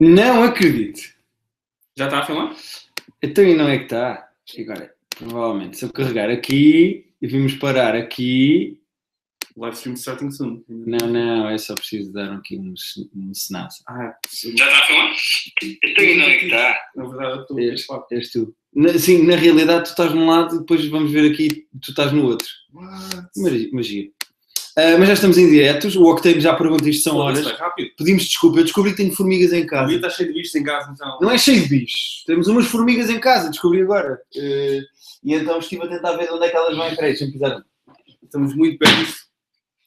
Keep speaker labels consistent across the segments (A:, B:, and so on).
A: Não acredito.
B: Já está a filmar?
A: Então e não é que está? Agora, provavelmente, se eu carregar aqui e vimos parar aqui.
B: Live stream starting soon.
A: Não, não, é só preciso dar aqui um, s- um sinal.
B: Ah,
A: Já está a filmar? Então e não é que está?
B: na verdade eu estou
A: Este. És tu. Na- sim, na realidade tu estás num lado e depois vamos ver aqui, tu estás no outro. Magi- Magia. Ah, mas já estamos em diretos, o Octane já pergunta isto são horas.
B: rápido.
A: Pedimos desculpa, eu descobri que tenho formigas em
B: O dia
A: casa.
B: está cheio de bichos em casa, então.
A: Não é cheio de bichos. Temos umas formigas em casa, descobri agora. Eh, e então estive a tentar ver onde é que elas vão entrar. Deixa-me pisar.
B: Estamos muito perto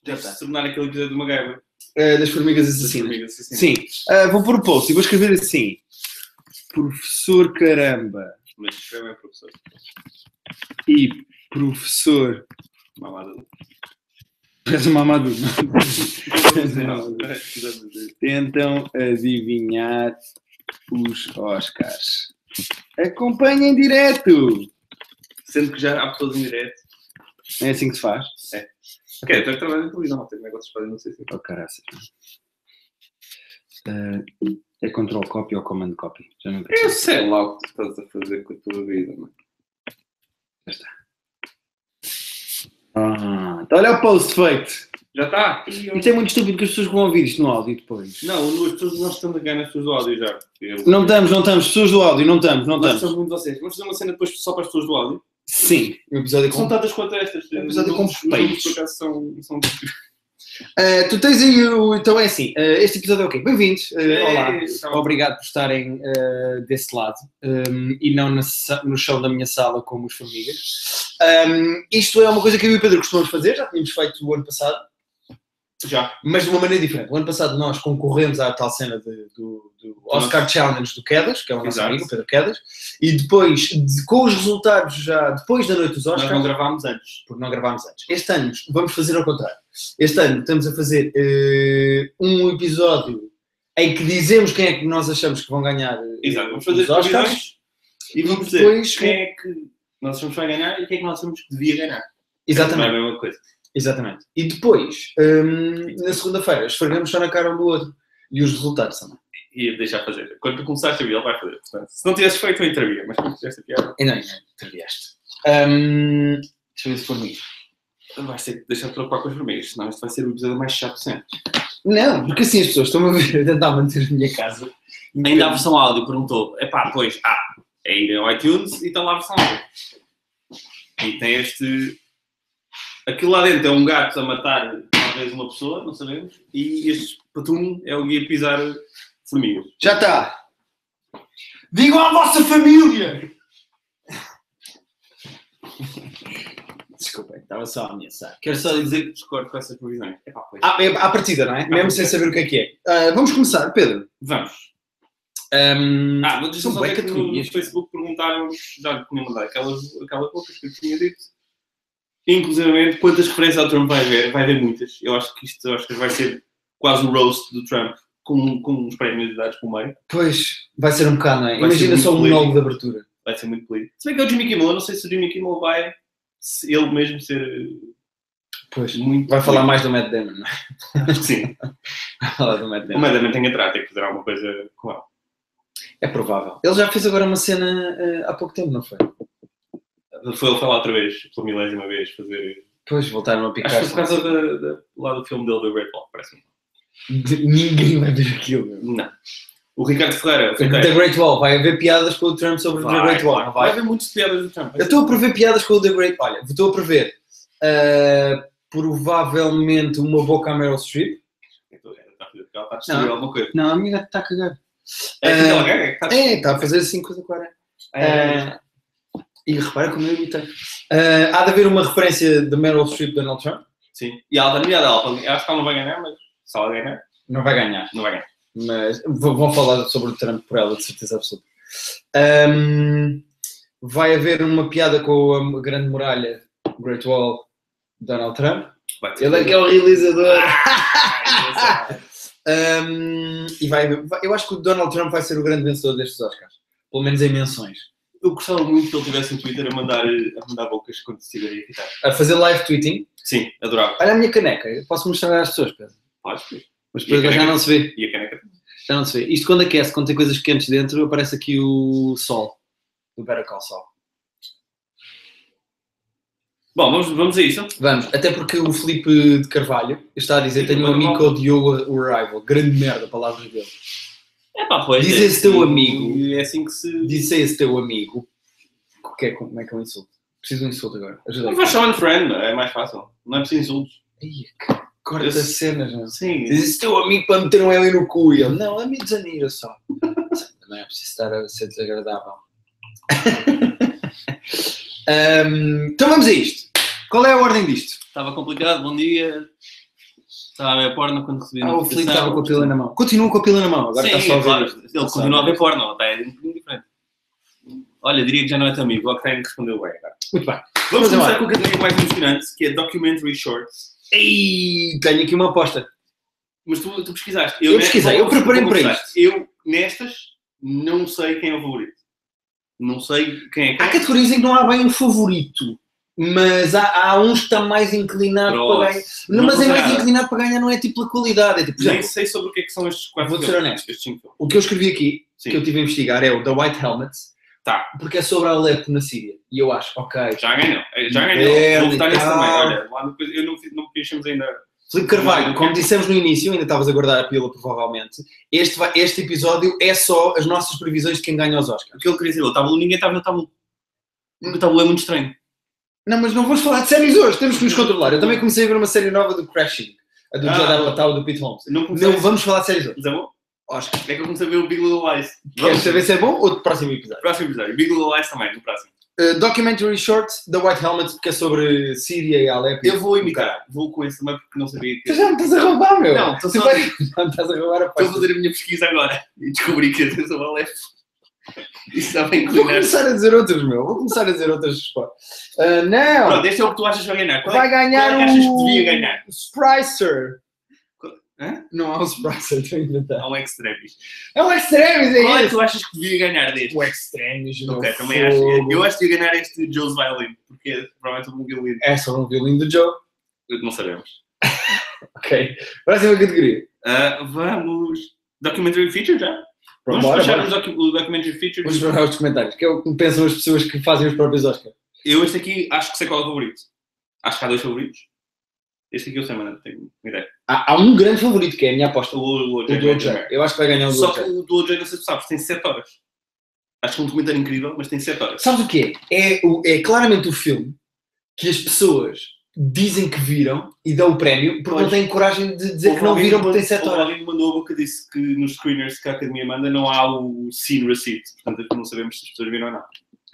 A: Já
B: de
A: está.
B: se tornar aquele episódio de uma gaiva.
A: Eh, das formigas assassinas. Sim. Ah, vou pôr o post e vou escrever assim. Professor Caramba
B: Mas escreve é professor.
A: e Professor...
B: Malada.
A: Parece uma Mamadou. Não.
B: Não.
A: Tentam adivinhar os Oscars. Acompanhem direto.
B: Sendo que já há pessoas em direto.
A: É assim que se faz?
B: Ok, estou a trabalhar na televisão, tem negócios para não sei se.
A: Oh, caraças. Eh, é control copy ou command copy? Já não
B: Eu sei lá o que tu estás a fazer com a tua vida, mano.
A: Ah, então olha o post feito.
B: Já está!
A: Isto é muito estúpido que as pessoas vão ouvir isto no áudio depois.
B: Não, as pessoas não estão a ganhar as pessoas do áudio já. Eu-
A: Não estamos, não estamos. Pessoas do áudio, não estamos, não
B: Nós
A: estamos.
B: somos muito vocês. Vamos fazer uma cena depois só para as pessoas do áudio.
A: Sim. Um episódio
B: São tantas quanto estas.
A: Um episódio com
B: Os números,
A: peitos.
B: por acaso, são- são-
A: Eh, tu tens aí o... Então é assim, eh, este episódio é o quê? Bem-vindos. eh, olá.
B: É, tá bom.
A: Obrigado por estarem eh, desse lado ehm, e não na sa- no chão da minha sala como os formigas. Ehm, isto é uma coisa que eu e o Pedro costumamos fazer, já tínhamos feito o ano passado.
B: Já.
A: mas de uma maneira diferente. O ano passado nós concorremos à tal cena de- do, do Oscar Challenge do Quedas, que é o nosso
B: Exato.
A: amigo, Pedro Quedas, e depois, de- com os resultados já depois da noite dos
B: Nós não
A: Oscars,
B: gravámos antes.
A: porque não gravámos antes. Este ano vamos fazer ao contrário. Este ano estamos a fazer eh, um episódio em que dizemos quem é que nós achamos que vão ganhar eh,
B: Exato. Vamos fazer
A: os Oscars.
B: previsões e vamos dizer
A: depois-
B: quem é que nós somos para ganhar e quem é que nós somos que devia ganhar. Não
A: Exatamente.
B: É a mesma coisa.
A: Exatamente. E depois, ehm, na segunda-feira, esfregamos só na cara um do outro. E os resultados também.
B: E ia deixar fazer. Quando tu começaste a vida, ele vai fazer. Portanto, se não tivesse feito, eu entrevia. Mas como fizeste a piada,
A: E não, não, triviaste. Ehm, deixa eu ver se foi comigo.
B: vais ter que deixar de preocupar com os formigas. Senão este vai ser o episódio mais chato sempre.
A: Não, porque assim as pessoas estão a ver, a tentar manter a minha casa.
B: Ainda a versão áudio perguntou: epá, pois, ah, ainda é o iTunes e está lá a versão áudio. E tem este. Aquilo lá dentro é um gato a matar talvez uma pessoa, não sabemos, e este patum é o guia a pisar formigas.
A: Já está. Digam à vossa família! Desculpem, estava só a ameaçar.
B: Quero só lhe dizer que discordo com essas previsões. Epá, pois.
A: À, é- à partida, não é? Mesmo sem saber o que é que é. Ah, vamos começar, Pedro.
B: Vamos.
A: Ahm,
B: Ah, vou dizer
A: São
B: só
A: bué
B: que no, no
A: categorias.
B: Facebook perguntaram já tinha mandado aquelas, aquela poucas que eu tinha dito. Inclusive, quantas referências ao Trump vai haver? Vai haver muitas. Eu acho que isto eu acho que vai ser quase um roast do Trump com, com uns prémios dados pelo meio.
A: pois, vai ser um bocado, não é?
B: Vai ser
A: Imagina
B: muito
A: só o
B: político.
A: monólogo de abertura.
B: Vai ser muito polido. Se bem que é o Jimmy Kimmel, eu não sei se o Jimmy Kimmel vai se ele mesmo ser
A: Pois.
B: muito.
A: Vai falar mais do Matt Damon, não é?
B: mais. Sim.
A: Vai falar do Matt
B: O
A: Damon.
B: Madame tem a tratar, tem que fazer alguma coisa com ela.
A: É provável. Ele já fez agora uma cena ah, há pouco tempo, não foi?
B: Foi ele falar outra vez, pela milésima vez, fazer.
A: Pois, voltaram a
B: Acho
A: picar.
B: que foi por causa da, da- lá do filme dele do Red Bull, parece-me.
A: De- Ninguém vai ver aquilo, meu.
B: Não. O Ricardo Ferreira. foi
A: The Great Wall, vai haver piadas com o Trump sobre o The Great Wall, não
B: vai
A: vai?
B: haver muitas piadas do Trump.
A: Eu estou a prever piadas com o The Great Olha, estou a prever ah, provavelmente uma boca à Meryl Streep.
B: Ela está a destruir
A: Não.
B: tá, alguma coisa.
A: Não, a minha gata está a cagar.
B: É
A: Ah,
B: aquela gaga que está a
A: É, está a fazer assim coisa com a aranha.
B: destruir.
A: Ah, e repara como eu imitei. Ah, há de haver uma referência de Meryl Streep Donald Trump.
B: Sim. E ela está nomeada. ela- Eu acho que ela não vai ganhar, mas se ela ganhar,
A: Não vai ganhar.
B: não vai ganhar.
A: mas v- vão falar sobre o Trump por ela, de certeza absoluta. Ahm, vai haver uma piada com a Grande Muralha, Great Wall, Donald Trump.
B: Vai ter
A: Ele é
B: que-
A: que é o realizador.
B: Ah, engraçado.
A: Ahm, e vai, vai- eu acho que o Donald Trump vai ser o grande vencedor destes Oscars. Pelo menos em menções.
B: Eu gostava muito que ele tivesse um Twitter a mandar, a mandar bocas quando estiver a irritar.
A: A fazer live tweeting.
B: Sim, adorava.
A: Olha a minha caneca. eu Posso mostrar às pessoas, Pedro?
B: Podes, pois.
A: Mas
B: E a
A: Pedro já
B: caneca?
A: não se vê.
B: E a caneca?
A: Já não se vê. Isto quando aquece, quando tem coisas quentes dentro, aparece aqui o sol. Do Better Call Sol.
B: Bom, vamos, vamos a isso.
A: Vamos, até porque o Felipe de Carvalho está a dizer:
B: Sim,
A: tenho um
B: mas
A: amigo
B: não-
A: que odiou a- o Arrival. Grande merda, palavras dele.
B: É pá, pois.
A: Diz
B: é
A: esse teu
B: assim-
A: amigo.
B: É assim que se.
A: Disse a esse teu amigo. O que é, como é que é um insulto? Preciso de um insulto agora. Ajuda
B: Não
A: aí.
B: faz só friend, é mais fácil. Não é preciso insultos.
A: Ih, que corta
B: Esse-
A: cenas, não
B: Sim.
A: Diz esse teu amigo para meter um L no cu. E ele, não, é me desanira só. Não é preciso estar a ser desagradável. Ahm, então vamos a isto. Qual é a ordem disto?
B: Estava complicado, bom dia. Estava a ver porno quando recebi a
A: Ah, o Felipe
B: notificação.
A: estava com a pila na mão. Continua com a pila na mão, agora
B: Sim,
A: está só a ver.
B: claro.
A: Está
B: Ele
A: só
B: continua a
A: a ver.
B: ver porno, está é um bocadinho diferente. Olha, diria que já não é teu amigo, o Octane respondeu bem agora.
A: Muito bem. Vamos
B: Vamos começar
A: embora.
B: com a categoria mais emocionante, que é Documentary Shorts.
A: Ei, tenho aqui uma aposta.
B: Mas tu, tu pesquisaste.
A: Eu
B: ne-
A: pesquisei, eu preparei-me para
B: confessar, Eu, nestas, não sei quem é o favorito. Não sei quem é
A: Há
B: quem.
A: categorias em que não há bem um favorito, mas há, há uns que está mais inclinado
B: Grosso.
A: para ganhar. Não,
B: Não
A: mas é
B: sei
A: mais
B: nada.
A: inclinado para ganhar, não é tipo pela qualidade. É tipo, por
B: Nem
A: exemplo,
B: sei sobre o que é que são estes quatro
A: Vou ser
B: filmes,
A: honesto.
B: Estes cinco filmes.
A: o que eu escrevi aqui,
B: Sim.
A: que eu tive a investigar, é o The White Helmet,
B: Tá.
A: porque é sobre a Alepo na Síria. E eu acho, ok.
B: Já ganhou. eh, Já
A: Bela
B: ganhou. Vou votar nesse
A: e tal.
B: também. Olha, lá depois, eu não, fiz- não preenchemos ainda.
A: Felipe
B: Uhum.
A: Carvalho, como dissemos no início, ainda estavas a guardar a pila provavelmente, este, vai- este episódio é só as nossas previsões de quem ganha os Oscars.
B: Aquilo que eu queria dizer, o tabu, ninguém estava no tabu. O tabu é muito estranho.
A: Não, mas não vamos falar de séries hoje, temos que nos controlar. Eu também comecei a ver uma série nova do Crashing, a do
B: Ah.
A: Judd Apatow e do Pete Holmes.
B: Não comecei
A: Não vamos falar de séries hoje.
B: Mas é bom?
A: Oscar.
B: É que eu comecei a ver o Big Little Lies.
A: Queres
B: Vamos.
A: saber se é bom ou do próximo episódio?
B: Próximo episódio. Big Little Lies também, no próximo.
A: Uh, documentary short, The White Helmet, que é sobre Síria e Alepo.
B: Eu vou imitar. Vou com esse também porque não sabia que.
A: Tu já me estás a roubar, meu!
B: Não, estou
A: Tu
B: só-
A: vai- já me estás a roubar a
B: Estou a
A: pasta.
B: fazer a minha pesquisa agora e descobri que a atenção ao Aleppo. Isso está bem
A: Vou
B: inclinado.
A: começar a dizer outras, meu. Vou começar a dizer outras respostas. Uh, não!
B: Pronto, este é o que tu achas que vai ganhar. Qual é,
A: Vai ganhar um-
B: qual é que achas que
A: o...
B: devia ganhar?
A: Spricer.
B: Hã?
A: Não há um Spricer, estou a inventar.
B: é um extremis.
A: É um Extremis,
B: Qual é
A: é
B: que
A: isso?
B: tu achas que devia ganhar deste?
A: O Extremis, meu.
B: Ok, também acho.
A: fogo.
B: Eu acho que ia ganhar este Joe's Violin, porque é provavelmente um violino.
A: É sobre um violino do Joe.
B: Não sabemos.
A: Ok. Próxima categoria.
B: Ah, vamos. Documentary Feature já?
A: Pronto,
B: Vamos
A: bora,
B: fechar
A: bora.
B: os docu- o Documentary Feature.
A: Vamos para os comentários, que é o que pensam as pessoas que fazem os próprios Oscars.
B: Eu este aqui acho que sei qual é o favorito. Acho que há dois favoritos. Este aqui é eu sei, mas não tenho ideia.
A: Há, há um grande favorito que é a minha aposta.
B: O, o, o,
A: O do OJ. Eu acho que vai ganhar o do
B: Só que
A: OJ.
B: o do OJ, não sei se tu sabes, tem 7 horas. Acho que é um documentário incrível, mas tem 7 horas.
A: Sabes o que é? É, o- é claramente o filme que as pessoas dizem que viram e dão o prémio porque
B: Pois.
A: não têm coragem de dizer que não
B: Houve alguém
A: viram
B: que
A: porque tem
B: mandou-
A: 7
B: houve
A: horas.
B: Alguém que mandou a boca disse que nos screeners que a Academia manda não há o scene receipt. Portanto, é não sabemos se as pessoas viram ou não.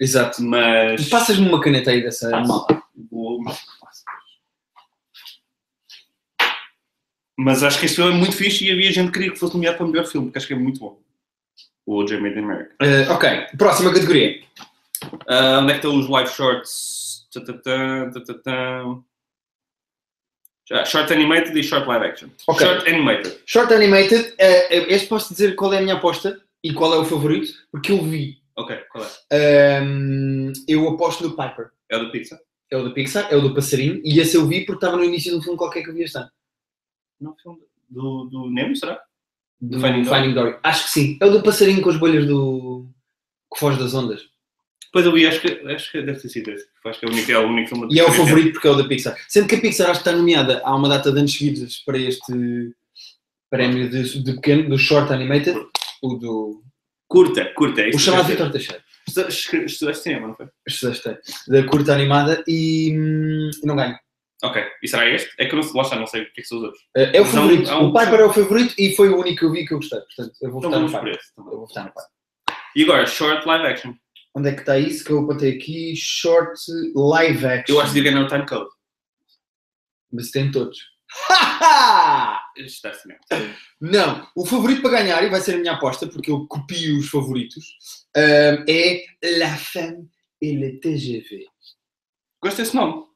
A: Exato.
B: Mas.
A: Passas-me uma caneta aí dessa
B: Passo.
A: mal.
B: Vou- Mas acho que este filme é muito fixe e havia gente que queria que fosse nomeado para o melhor filme, porque acho que é muito bom. O OJ Made in America.
A: Eh, ok, próxima categoria.
B: Ah, onde é que estão os live shorts? Tatatã, tatatã. Já, short animated e short live action.
A: Ok.
B: Short animated.
A: Short Animated, eh, eh, este posso dizer qual é a minha aposta e qual é o favorito, porque eu vi.
B: Ok, qual é?
A: Ahm, eu aposto no Piper.
B: É o da Pixar?
A: É o da Pixar, é o do passarinho, e esse eu vi porque estava no início de um filme qualquer que eu vi este ano.
B: Não, filme do, do Nemo, será?
A: Do
B: Finding Dory?
A: Dory. Acho que sim. É o do passarinho com as bolhas do. que foge das ondas.
B: Depois eu vi, acho que, acho que deve ter sido esse. porque Acho que é o único, é o único filme.
A: E é o favorito porque é o da Pixar. Sendo que a Pixar acho que está nomeada há uma data de anos seguidos para este prémio de, de pequeno, do Short Animated, o do.
B: Curta, curta. é
A: o
B: isso
A: chamado
B: que eu
A: Vitor Teixeira.
B: quero dizer. Estu- Estudaste cinema, não foi?
A: Estudaste, da curta animada e. hum, não ganho.
B: Ok, e será este? É que eu não, lá está, não sei o que é que são os outros.
A: Eh, É o
B: Mas há um-
A: favorito.
B: há um-
A: O Piper é o favorito e foi o único que eu vi que eu gostei. Portanto, eu vou
B: Então
A: votar no
B: vamos por
A: Piper.
B: esse.
A: Eu vou votar no Piper.
B: E agora, short live action.
A: Onde é que está isso que eu botei aqui? Short live action.
B: Eu acho que ia ganhar o time code.
A: Mas tem todos.
B: Estudar cinema.
A: Não, o favorito para ganhar, e vai ser a minha aposta, porque eu copio os favoritos, ahm, é La Femme et le TGV.
B: Gosto desse nome.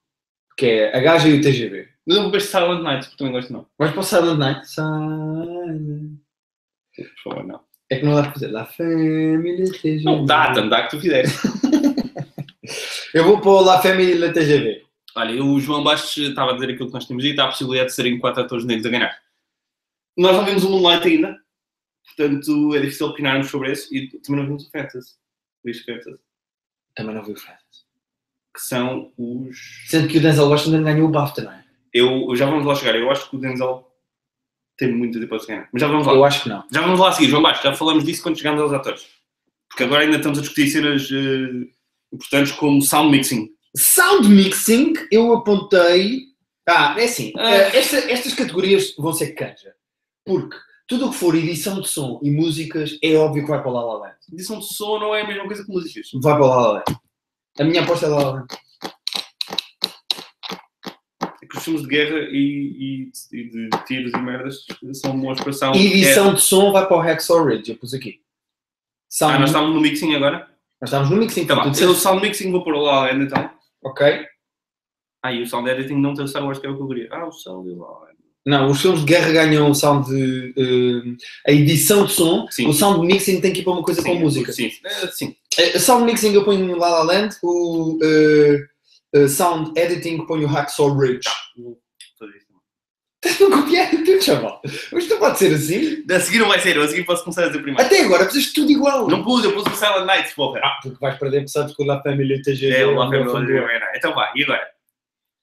A: Que é a gaja e o TGV.
B: Mas eu vou ver Silent Night, porque também gosto de nome.
A: Vais para o Silent Night? Silent-
B: Por favor, não.
A: É que não dá para fazer La Femme et le TGV.
B: Não dá, tá. tanto dá que tu fizeste.
A: Eu vou para o La Femme et le TGV.
B: Olha, eu, o João Bastos estava a dizer aquilo que nós tínhamos dito, há a possibilidade de serem quatro atores negros a ganhar. Nós não vimos o Moonlight ainda, Portanto, é difícil opinarmos sobre isso e também não vimos o Fantasy. Viste o Fantasy?
A: Também não vi o Fantasy.
B: Que são os.
A: Sendo que o Denzel Washington ganhou o BAFTA, não é?
B: Eu, eu já vamos lá chegar. Eu acho que o Denzel tem muito tempo a se ganhar. Mas já vamos lá.
A: Eu acho que não.
B: Já vamos lá a seguir, João Baixo. Já falamos disso quando chegamos aos atores. Porque agora ainda estamos a discutir cenas eh, importantes como sound mixing.
A: Sound mixing, eu apontei. Ah, é assim. eh, esta- estas categorias vão ser canja. Porque tudo o que for edição de som e músicas é óbvio que vai para o La La Land.
B: Edição de som não é a mesma coisa que músicas.
A: Vai para o La La Land. A minha aposta é La La Land.
B: É que os filmes de guerra e, e- e de tiros e merdas são bons para sound. É,
A: Edição de som vai para o Hacksaw Ridge, eu pus aqui. Sound,
B: Ah, nós
A: nós,
B: estávamos no mixing agora?
A: estamos no mixing,
B: Então,
A: então,
B: vá,
A: tu
B: eu o
A: disseste-
B: sound mixing vou pôr lá ainda então.
A: ok?
B: Ah, e o sound editing não tem o Star Wars, que é o que eu queria. Ah, o sound e lá.
A: Não, os filmes de guerra ganham o sound de. eh, a edição de som,
B: Sim.
A: o sound mixing tem que ir para uma coisa com música.
B: Sim, é, sim.
A: Eh, sound mixing eu ponho La La Land, o eh, eh, sound editing ponho Hacksaw Ridge.
B: Fazer isso.
A: Estás-me a copiar tudo, chaval. Mas não pode ser assim.
B: A seguir não vai ser, eu a seguir posso começar a dizer primeiro.
A: Até agora fizeste tudo igual.
B: Não pus, eu pus o Silent Nights, porra. Ah,
A: Porque vais perder, sabes que o La Família TG.
B: é, o Lafayette Lafayette Lafayette. Então vá, e agora?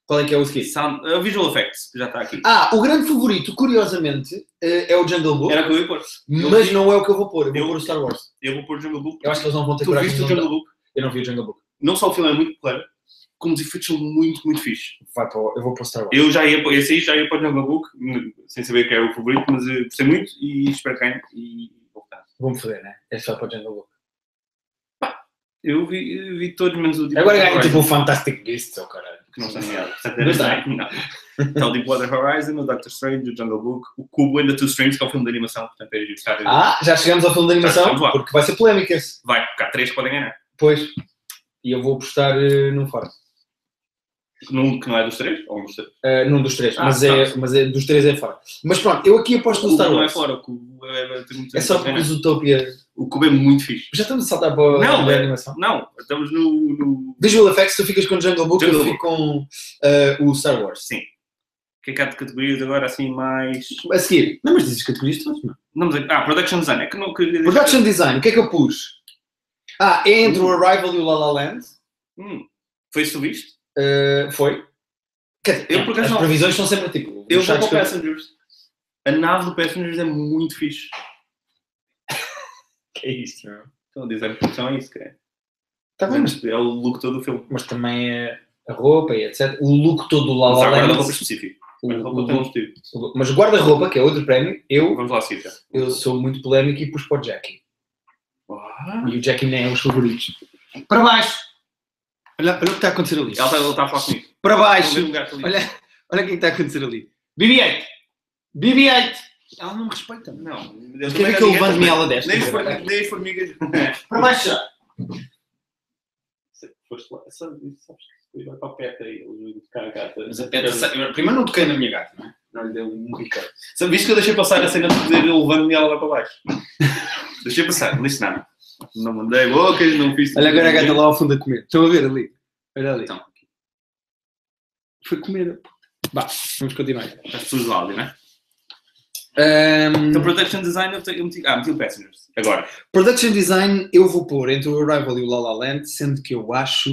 A: Qual é que é o seguinte?
B: Sound, uh, visual Effects, que já está aqui.
A: Ah, o grande favorito, curiosamente, eh, é o Jungle Book,
B: Era o que eu ia pôr.
A: mas não é o que eu vou pôr. Eu vou
B: Eu-
A: pôr o Star Wars.
B: Eu vou pôr o Jungle Book.
A: Eu acho que eles não vão ter
B: tu
A: coragem
B: viste o
A: de mudar.
B: Jungle Book?
A: Eu não vi o Jungle Book.
B: Não só o filme é muito claro, como os efeitos são muito, muito fixe.
A: Vai para o- Eu vou para o Star Wars.
B: Eu já ia, pôr- esse aí já ia para o Jungle Book, n- sem saber que é o favorito, mas eh, gostei muito e espero que ganhe e vou votar.
A: Vou-me foder, né? É só para o Jungle Book.
B: Eu vi, eu Uhum. vi todos menos o
A: Agora
B: Water
A: ganha
B: Horizon,
A: tipo o Fantastic Beasts, ou caralho.
B: que não é. está nomeado. Portanto,
A: Não está.
B: era nomeado. Está o Deepwater Então, Horizon, o Doctor Strange, o Jungle Book, o Cubo and the Two Streams, que é o filme de animação, portanto era justo.
A: Ah, já chegamos ao filme de animação,
B: chegamos lá.
A: porque vai ser polémica esse.
B: Vai, porque há três que podem ganhar.
A: Pois. E eu vou apostar eh, num fora.
B: Num que não é dos três, ou um dos três.
A: Eh, num dos três,
B: Ah,
A: mas, é,
B: tá.
A: mas é dos três é fora. Mas pronto, eu aqui aposto
B: O
A: no
B: Cubo
A: Star
B: não é
A: Wars.
B: fora, o Cubo é, é, tem muito
A: É só
B: tempo
A: porque
B: a
A: os
B: ganhar.
A: Utopia.
B: O Cubo é muito fixe.
A: Já estamos a saltar para a
B: Não,
A: para a
B: é-
A: animação.
B: Não, estamos no- no...
A: Visual Effects, tu ficas com o Jungle Book, eu
B: Jungle
A: fico com eh, o Star Wars.
B: Sim. O que é que há de categorias agora assim mais.
A: A seguir. Não, mas dizes categorias todas, mano.
B: Não, mas... Ah, Production Design. É que não. Que...
A: Production Design, o que é que eu pus? Ah, é entre o Arrival e o La La Land.
B: Hum, foi isso que tu viste?
A: Eh, foi. Quer dizer,
B: Eu, por acaso,
A: as
B: não.
A: previsões são sempre tipo.
B: Eu
A: os
B: vou
A: sites
B: para o
A: que eu-
B: Passengers. A nave do Passengers é muito fixe.
A: Que é isto, meu?
B: Então, o design de produção é isso, cara.
A: Tá bem, mas,
B: É o look todo do filme.
A: mas também é a roupa e etc. O look todo do La
B: Mas há
A: La Land.
B: guarda-roupa específico.
A: o-
B: Guarda-roupa
A: o-
B: tem um estilo.
A: o- mas o guarda-roupa, que é outro prémio, eu
B: Vamos lá, Cita.
A: Eu sou muito polémico e pus para o Jackie. E o Jackie nem é um dos favoritos. Para baixo! Olha, olha o que está a acontecer ali.
B: Ela está ela está a falar comigo.
A: Para
B: Vamos ver um
A: baixo!
B: gato ali.
A: Olha, olha o que está a acontecer ali. BB-8! BB-8! Ela não me respeita.
B: Não. eu
A: Mas
B: também
A: quer ver
B: já
A: que é eu
B: ninguém-
A: levanto-me ela desta?
B: Nem for- Nem formigas.
A: Para baixo já!
B: Foste lá. Sabes sabes que depois vai para a peta e eles vão tocar a gata.
A: Mas a Petra, sa- eu É primeiro não toquei na minha gata, não é?
B: Não lhe deu um bicão. Sabe, Viste que eu deixei passar a cena de poder ele levando-me ela lá para baixo. deixei passar, não disse nada. Não mandei bocas, não fiz.
A: Olha agora é a gata lá ao fundo a comer. Estão a ver ali? Olha ali.
B: Então.
A: Foi comer a puta. Vá, vamos continuar.
B: As pessoas do áudio, né? Então,
A: Ahm,
B: Production Design, eu, te- eu meti. Ah, meti o Passengers. Agora.
A: Production Design eu vou pôr entre o Arrival e o La La Land, sendo que eu acho...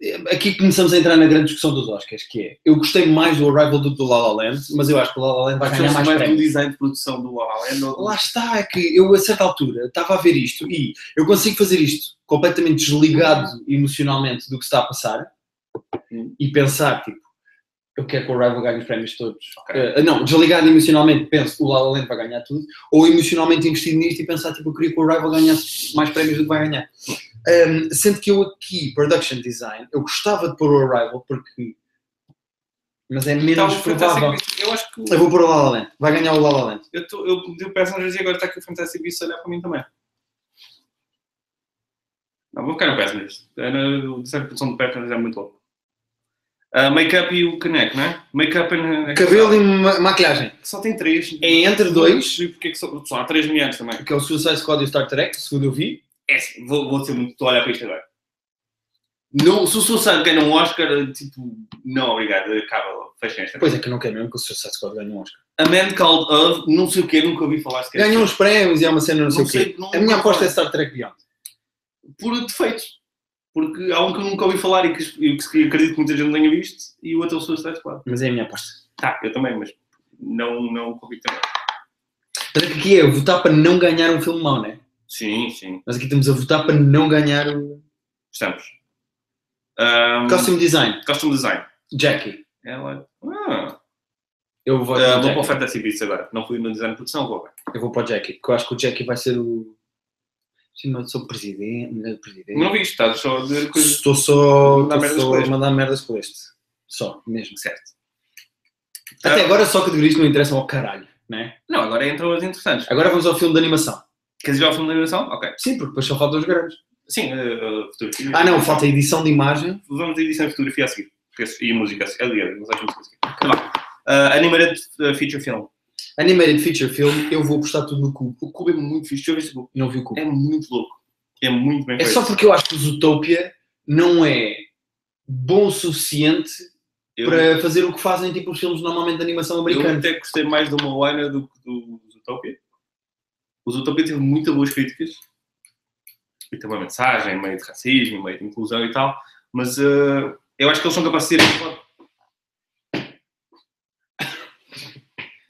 A: eh, Aqui começamos a entrar na grande discussão dos Oscars, que é... Eu gostei mais do Arrival do que do La La Land, mas eu acho que o La La Land vai
B: As pessoas
A: ganhar mais
B: mais do
A: prémios.
B: design de produção do La La Land. ou-
A: Lá está, é que eu a certa altura estava a ver isto e eu consigo fazer isto completamente desligado emocionalmente do que está a passar
B: Hum.
A: e pensar, tipo, eu quero que o Rival ganhe os prémios todos.
B: Ok.
A: Eh, não, desligado emocionalmente, penso, o La La Land vai ganhar tudo, ou emocionalmente investido nisto e pensar, tipo, eu queria que o Rival ganhasse mais prémios do que vai ganhar. Ehm, sendo que eu aqui, Production Design, eu gostava de pôr o Arrival porque... Mas é
B: Então,
A: menos
B: o Fantastic
A: provável.
B: Beasts- Eu acho que. o-
A: Eu vou pôr o La La Land. Vai ganhar o La La Land.
B: Eu, tô, eu meti o Passengers e agora está aqui o Fantastic Beasts a olhar para mim também. Não, vou ficar no Passengers. É, no- O design de produção do Passengers é muito louco. Ah, Make-up e o caneco, não é? Make-up and.
A: Cabelo e ma- maquilhagem.
B: Só tem três.
A: É entre dois,
B: E porque é que só, só há três mulheres também?
A: que é o Suicide Squad e o Star Trek, segundo eu vi.
B: É, sim, vou, vou ser muito. Estou a olhar para isto agora. Não, se o Susan ganha um Oscar, tipo, não, obrigado, acaba, fecha esta.
A: Pois é que não quer mesmo que o Suicide Squad ganhe um Oscar.
B: A Man Called Of, não sei o quê, nunca ouvi falar sequer.
A: Ganhou uns prémios e é uma cena não sei o quê.
B: não-
A: A minha aposta é Star Trek Beyond.
B: Por defeitos. Porque há um que eu nunca ouvi falar e que, e que acredito que muita gente não tenha visto e o outro é o Suicide Squad.
A: Mas é a minha aposta.
B: Tá, eu também, mas não, não o convido também.
A: Mas aqui é votar para não ganhar um filme mau, né?
B: Sim, sim.
A: Nós aqui estamos a votar para não ganhar o.
B: Estamos. Ahm,
A: Costume Design.
B: costume design.
A: Jackie.
B: Ela. Ah,
A: Eu voto
B: ah,
A: no
B: vou para o
A: Jackie.
B: Fantasy Beasts agora. Não fui no design de produção, vou agora.
A: Eu vou para o Jackie, porque eu acho que o Jackie vai ser o. Sim, mas sou presidente, mulher do presidente.
B: Não viste, estás só a dizer coisas.
A: Estou só,
B: Mandar merdas
A: estou só
B: com
A: a
B: este.
A: mandar merdas com este. Só, mesmo.
B: Certo.
A: Até
B: Ah.
A: agora só categorias que não interessam ao caralho, né?
B: Não, agora entram as interessantes.
A: Agora vamos ao filme de animação.
B: Queres ir ao filme da animação? Ok.
A: Sim, porque depois só faltam os grandes.
B: Sim, ah, ah, fotografia.
A: Ah não, falta a edição de imagem.
B: Vamos à edição de fotografia a seguir. Porque esse- E música. a seguir. Aliás, mas acho que música a seguir. Tá bom. Ah, Animated ah, Feature Film.
A: Animated Feature Film, eu vou apostar tudo no cubo.
B: O Cubo é muito fixe. Deixa eu ver se o Cubo
A: Não vi o cubo.
B: é muito louco. É muito bem
A: É
B: feito.
A: só porque eu acho que o Zootopia não é bom o suficiente
B: Eu-
A: para fazer o que fazem tipo os filmes normalmente de animação
B: Eu
A: americana.
B: até gostei mais do Moana do que do Zootopia. O Zootopia teve muitas boas críticas. E tem uma mensagem, meio de racismo, meio de inclusão e tal. Mas eh, eu acho que eles são capazes de serem...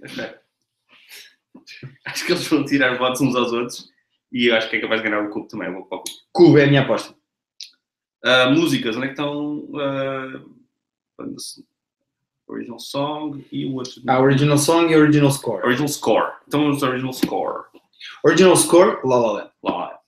B: Espera. Acho que eles vão tirar votos uns aos outros. E eu acho que é capaz de ganhar o cubo também. Vou para o cubo.
A: Cubo é a minha aposta.
B: Ah, músicas, onde é que estão... ah, original Song e o outro...
A: A Original Song e Original Score.
B: Original Score. Então vamos ao Original Score.
A: Original Score, La La Land.
B: Lá.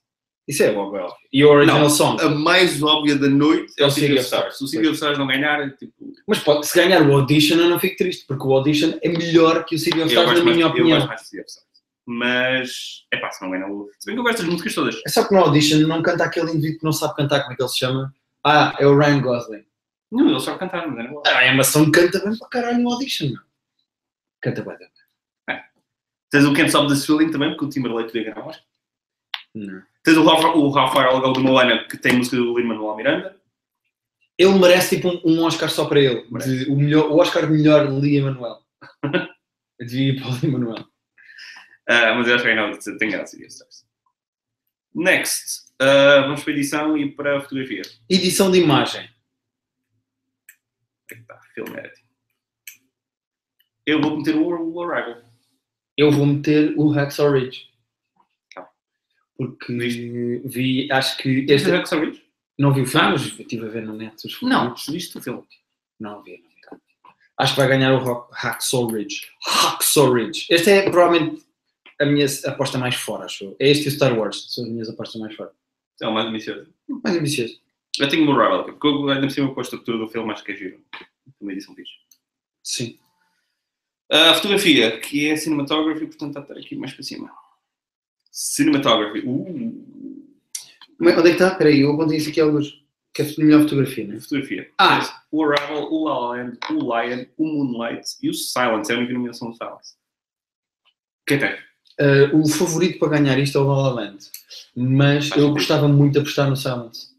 A: Isso é óbvio. E o Original
B: Não.
A: Song.
B: A mais óbvia da noite é
A: É
B: o
A: o
B: City of
A: City of
B: Stars. Se o City of Stars não ganhar, é tipo.
A: Mas pode, se ganhar o Audition eu não fico triste, porque o Audition é melhor que o City of Stars, na
B: mais,
A: minha
B: eu gosto
A: opinião.
B: mais do City of Stars. Mas. É pá, se não ganhar o. Se bem que eu gosto das músicas todas.
A: É só que no Audition não canta aquele indivíduo que não sabe cantar, como é que ele se chama? Ah, é o Ryan Gosling. Ah,
B: Não, eles só cantaram, não era bom.
A: A Amazon canta bem para caralho no Audition, não. Canta bem. também.
B: Tens o Can't Stop This Feeling também, porque o Timberlake podia ganhar mais.
A: Não.
B: Tens o Rafa- o Rafael Algal de Moana, que tem música do Lin-Manuel Miranda.
A: Ele merece tipo um, um Oscar só para ele.
B: Merece.
A: De- o, melhor, o Oscar de melhor Lee Emanuel. Eu devia ir para o Lee Emanuel.
B: Ah, mas eu acho que não, tem graça City of Stars. Next. Ah, vamos para a edição e para a fotografia.
A: Edição de imagem.
B: Tá, filme editing. Eu vou meter o o Arrival.
A: Eu vou meter o Hacksaw Ridge.
B: Tá.
A: Porque vi, acho que este,
B: é Hacksaw Ridge?
A: Não vi o filme,
B: Ah.
A: mas estive a ver no net os filmes.
B: Não, se viste o filme.
A: Não vi, não vi. Acho que vai ganhar o Rock- Hacksaw Ridge. Hacksaw Ridge. Este é provavelmente a minha aposta mais fora, acho eu. É este e o Star Wars, são as minhas apostas mais fora.
B: É o mais ambicioso.
A: Mais ambicioso.
B: Eu tenho o Arrival, porque eu ainda por cima com a estrutura do filme acho que é giro. Uma edição fixe. Ah,
A: Sim.
B: A fotografia, que é cinematography, portanto está aqui mais para cima. Cinematography. Uh,
A: Como é- onde é que está? Espera aí, eu apontei isso aqui à luz. Que é a melhor fotografia, não é?
B: fotografia.
A: Ah.
B: Tens O Arrival, o La La Land, o Lion, o Moonlight e o Silence. É a única nomeação do Silence. Quem tem?
A: Ah, o favorito para ganhar isto é o La La Land. Mas
B: Acho
A: eu
B: que-
A: gostava muito de apostar no Silence.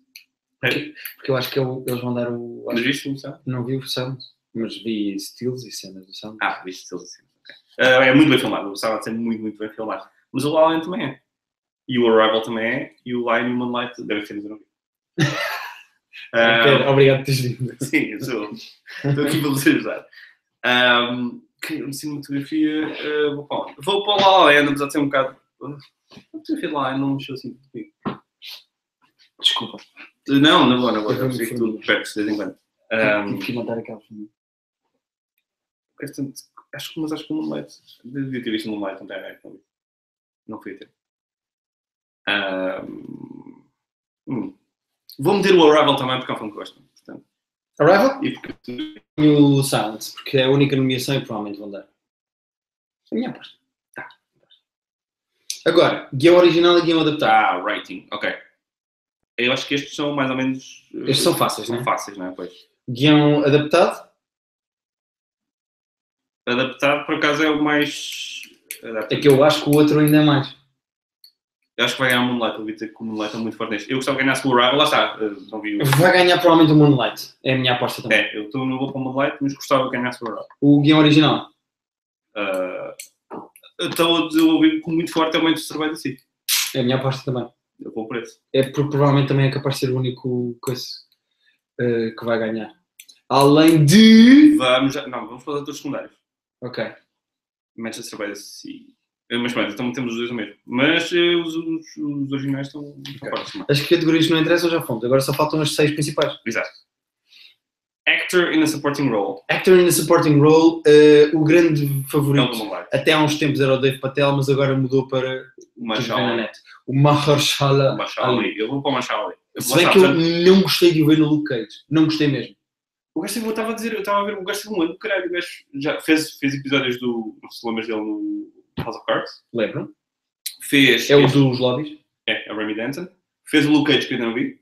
B: É.
A: Porque, porque eu acho que é o- eles vão dar o...
B: Mas
A: acho
B: viste o Silence?
A: que não vi o Silence, mas vi Steals e cenas do Silence.
B: Ah, viste o Silence. ok. Ah, é muito bem filmado. O Silence é muito, muito bem filmado. Mas o La La Land também é. E o Arrival também é. E o Lion e o Moonlight devem ser, mas eu não vi.
A: É
B: Ah,
A: Pedro, obrigado por teres vindo.
B: Sim, eu sou. Estou aqui para vos ajudar. Ahm, que eu cinematografia. ah, vou para onde? Vou para o La La Land, apesar de ser um bocado. A fotografia de La La Land não mexeu assim comigo.
A: Desculpa.
B: Não, na boa, na boa.
A: Eu
B: Eu sei que tu
A: fui-
B: perdes de vez em quando.
A: Tive
B: Ahm,
A: que mandar aquela filme.
B: Portanto, acho que, mas acho que o Moonlight. Devia ter visto o Moonlight ontem à noite, não vi. Não fui ter. Ahm, hum. Vou meter o Arrival também, porque é um filme que gosto. portanto.
A: Arrival
B: E porque.
A: e o Silence, porque é a única nomeação e provavelmente vão dar. A minha aposta. Tá. Agora, guião original e guião adaptado.
B: Tá, rating, ok. Eu acho que estes são mais ou menos. eh,
A: Estes são fáceis,
B: são
A: né?
B: fáceis, não é? Pois.
A: Guião adaptado,
B: Adaptado, por acaso, é o mais. Adaptado.
A: é que eu acho que o outro ainda é mais.
B: Eu acho que vai ganhar o Moonlight, eu ouvi dizer que o Moonlight é muito forte neste. Eu gostava que ganhasse o Arrival, lá está, eh, não vi o.
A: Vai ganhar provavelmente o Moonlight, é a minha aposta também.
B: É, eu tô- não vou para o Moonlight, mas gostava que ganhasse o Arrival.
A: O guião original,
B: Ah, então eu desenvolvi com muito forte aumento de trabalho assim.
A: É a minha aposta também.
B: Eu vou por esse.
A: É porque provavelmente também é capaz de ser o único coisa eh, que vai ganhar. Além de.
B: Vamos, já- não, vamos falar dos secundários.
A: Ok.
B: Manchester by the Sea. Eh, Mas pronto, então temos os dois ao mesmo. Mas eh, os, os, os originais estão estão né? próximos.
A: As categorias não interessam já fomos, agora só faltam as seis principais.
B: Exato. Actor in a supporting role.
A: Actor in a supporting role, eh, o grande
B: É o do
A: favorito.
B: Lombardi.
A: Até há uns tempos era o Dave Patel, mas agora mudou para
B: O
A: Tive bem na
B: Marshall.
A: net. O Mahershala.
B: O Marshall Ali. Eu vou para o Marshall Ali. Eu
A: Se
B: vou
A: bem
B: lá,
A: que eu
B: portanto,
A: não gostei de o ver no Luke Cage. Não gostei mesmo.
B: O gajo teve- eu estava a dizer, eu estava a ver o gajo teve um ano, caralho, o gajo já fez, fez episódios do dos Lamas dele no House of Cards.
A: Lembram?
B: Fez.
A: É o dos lobbies.
B: É, é o Remy Danton. Fez o Luke Cage, que eu ainda não vi.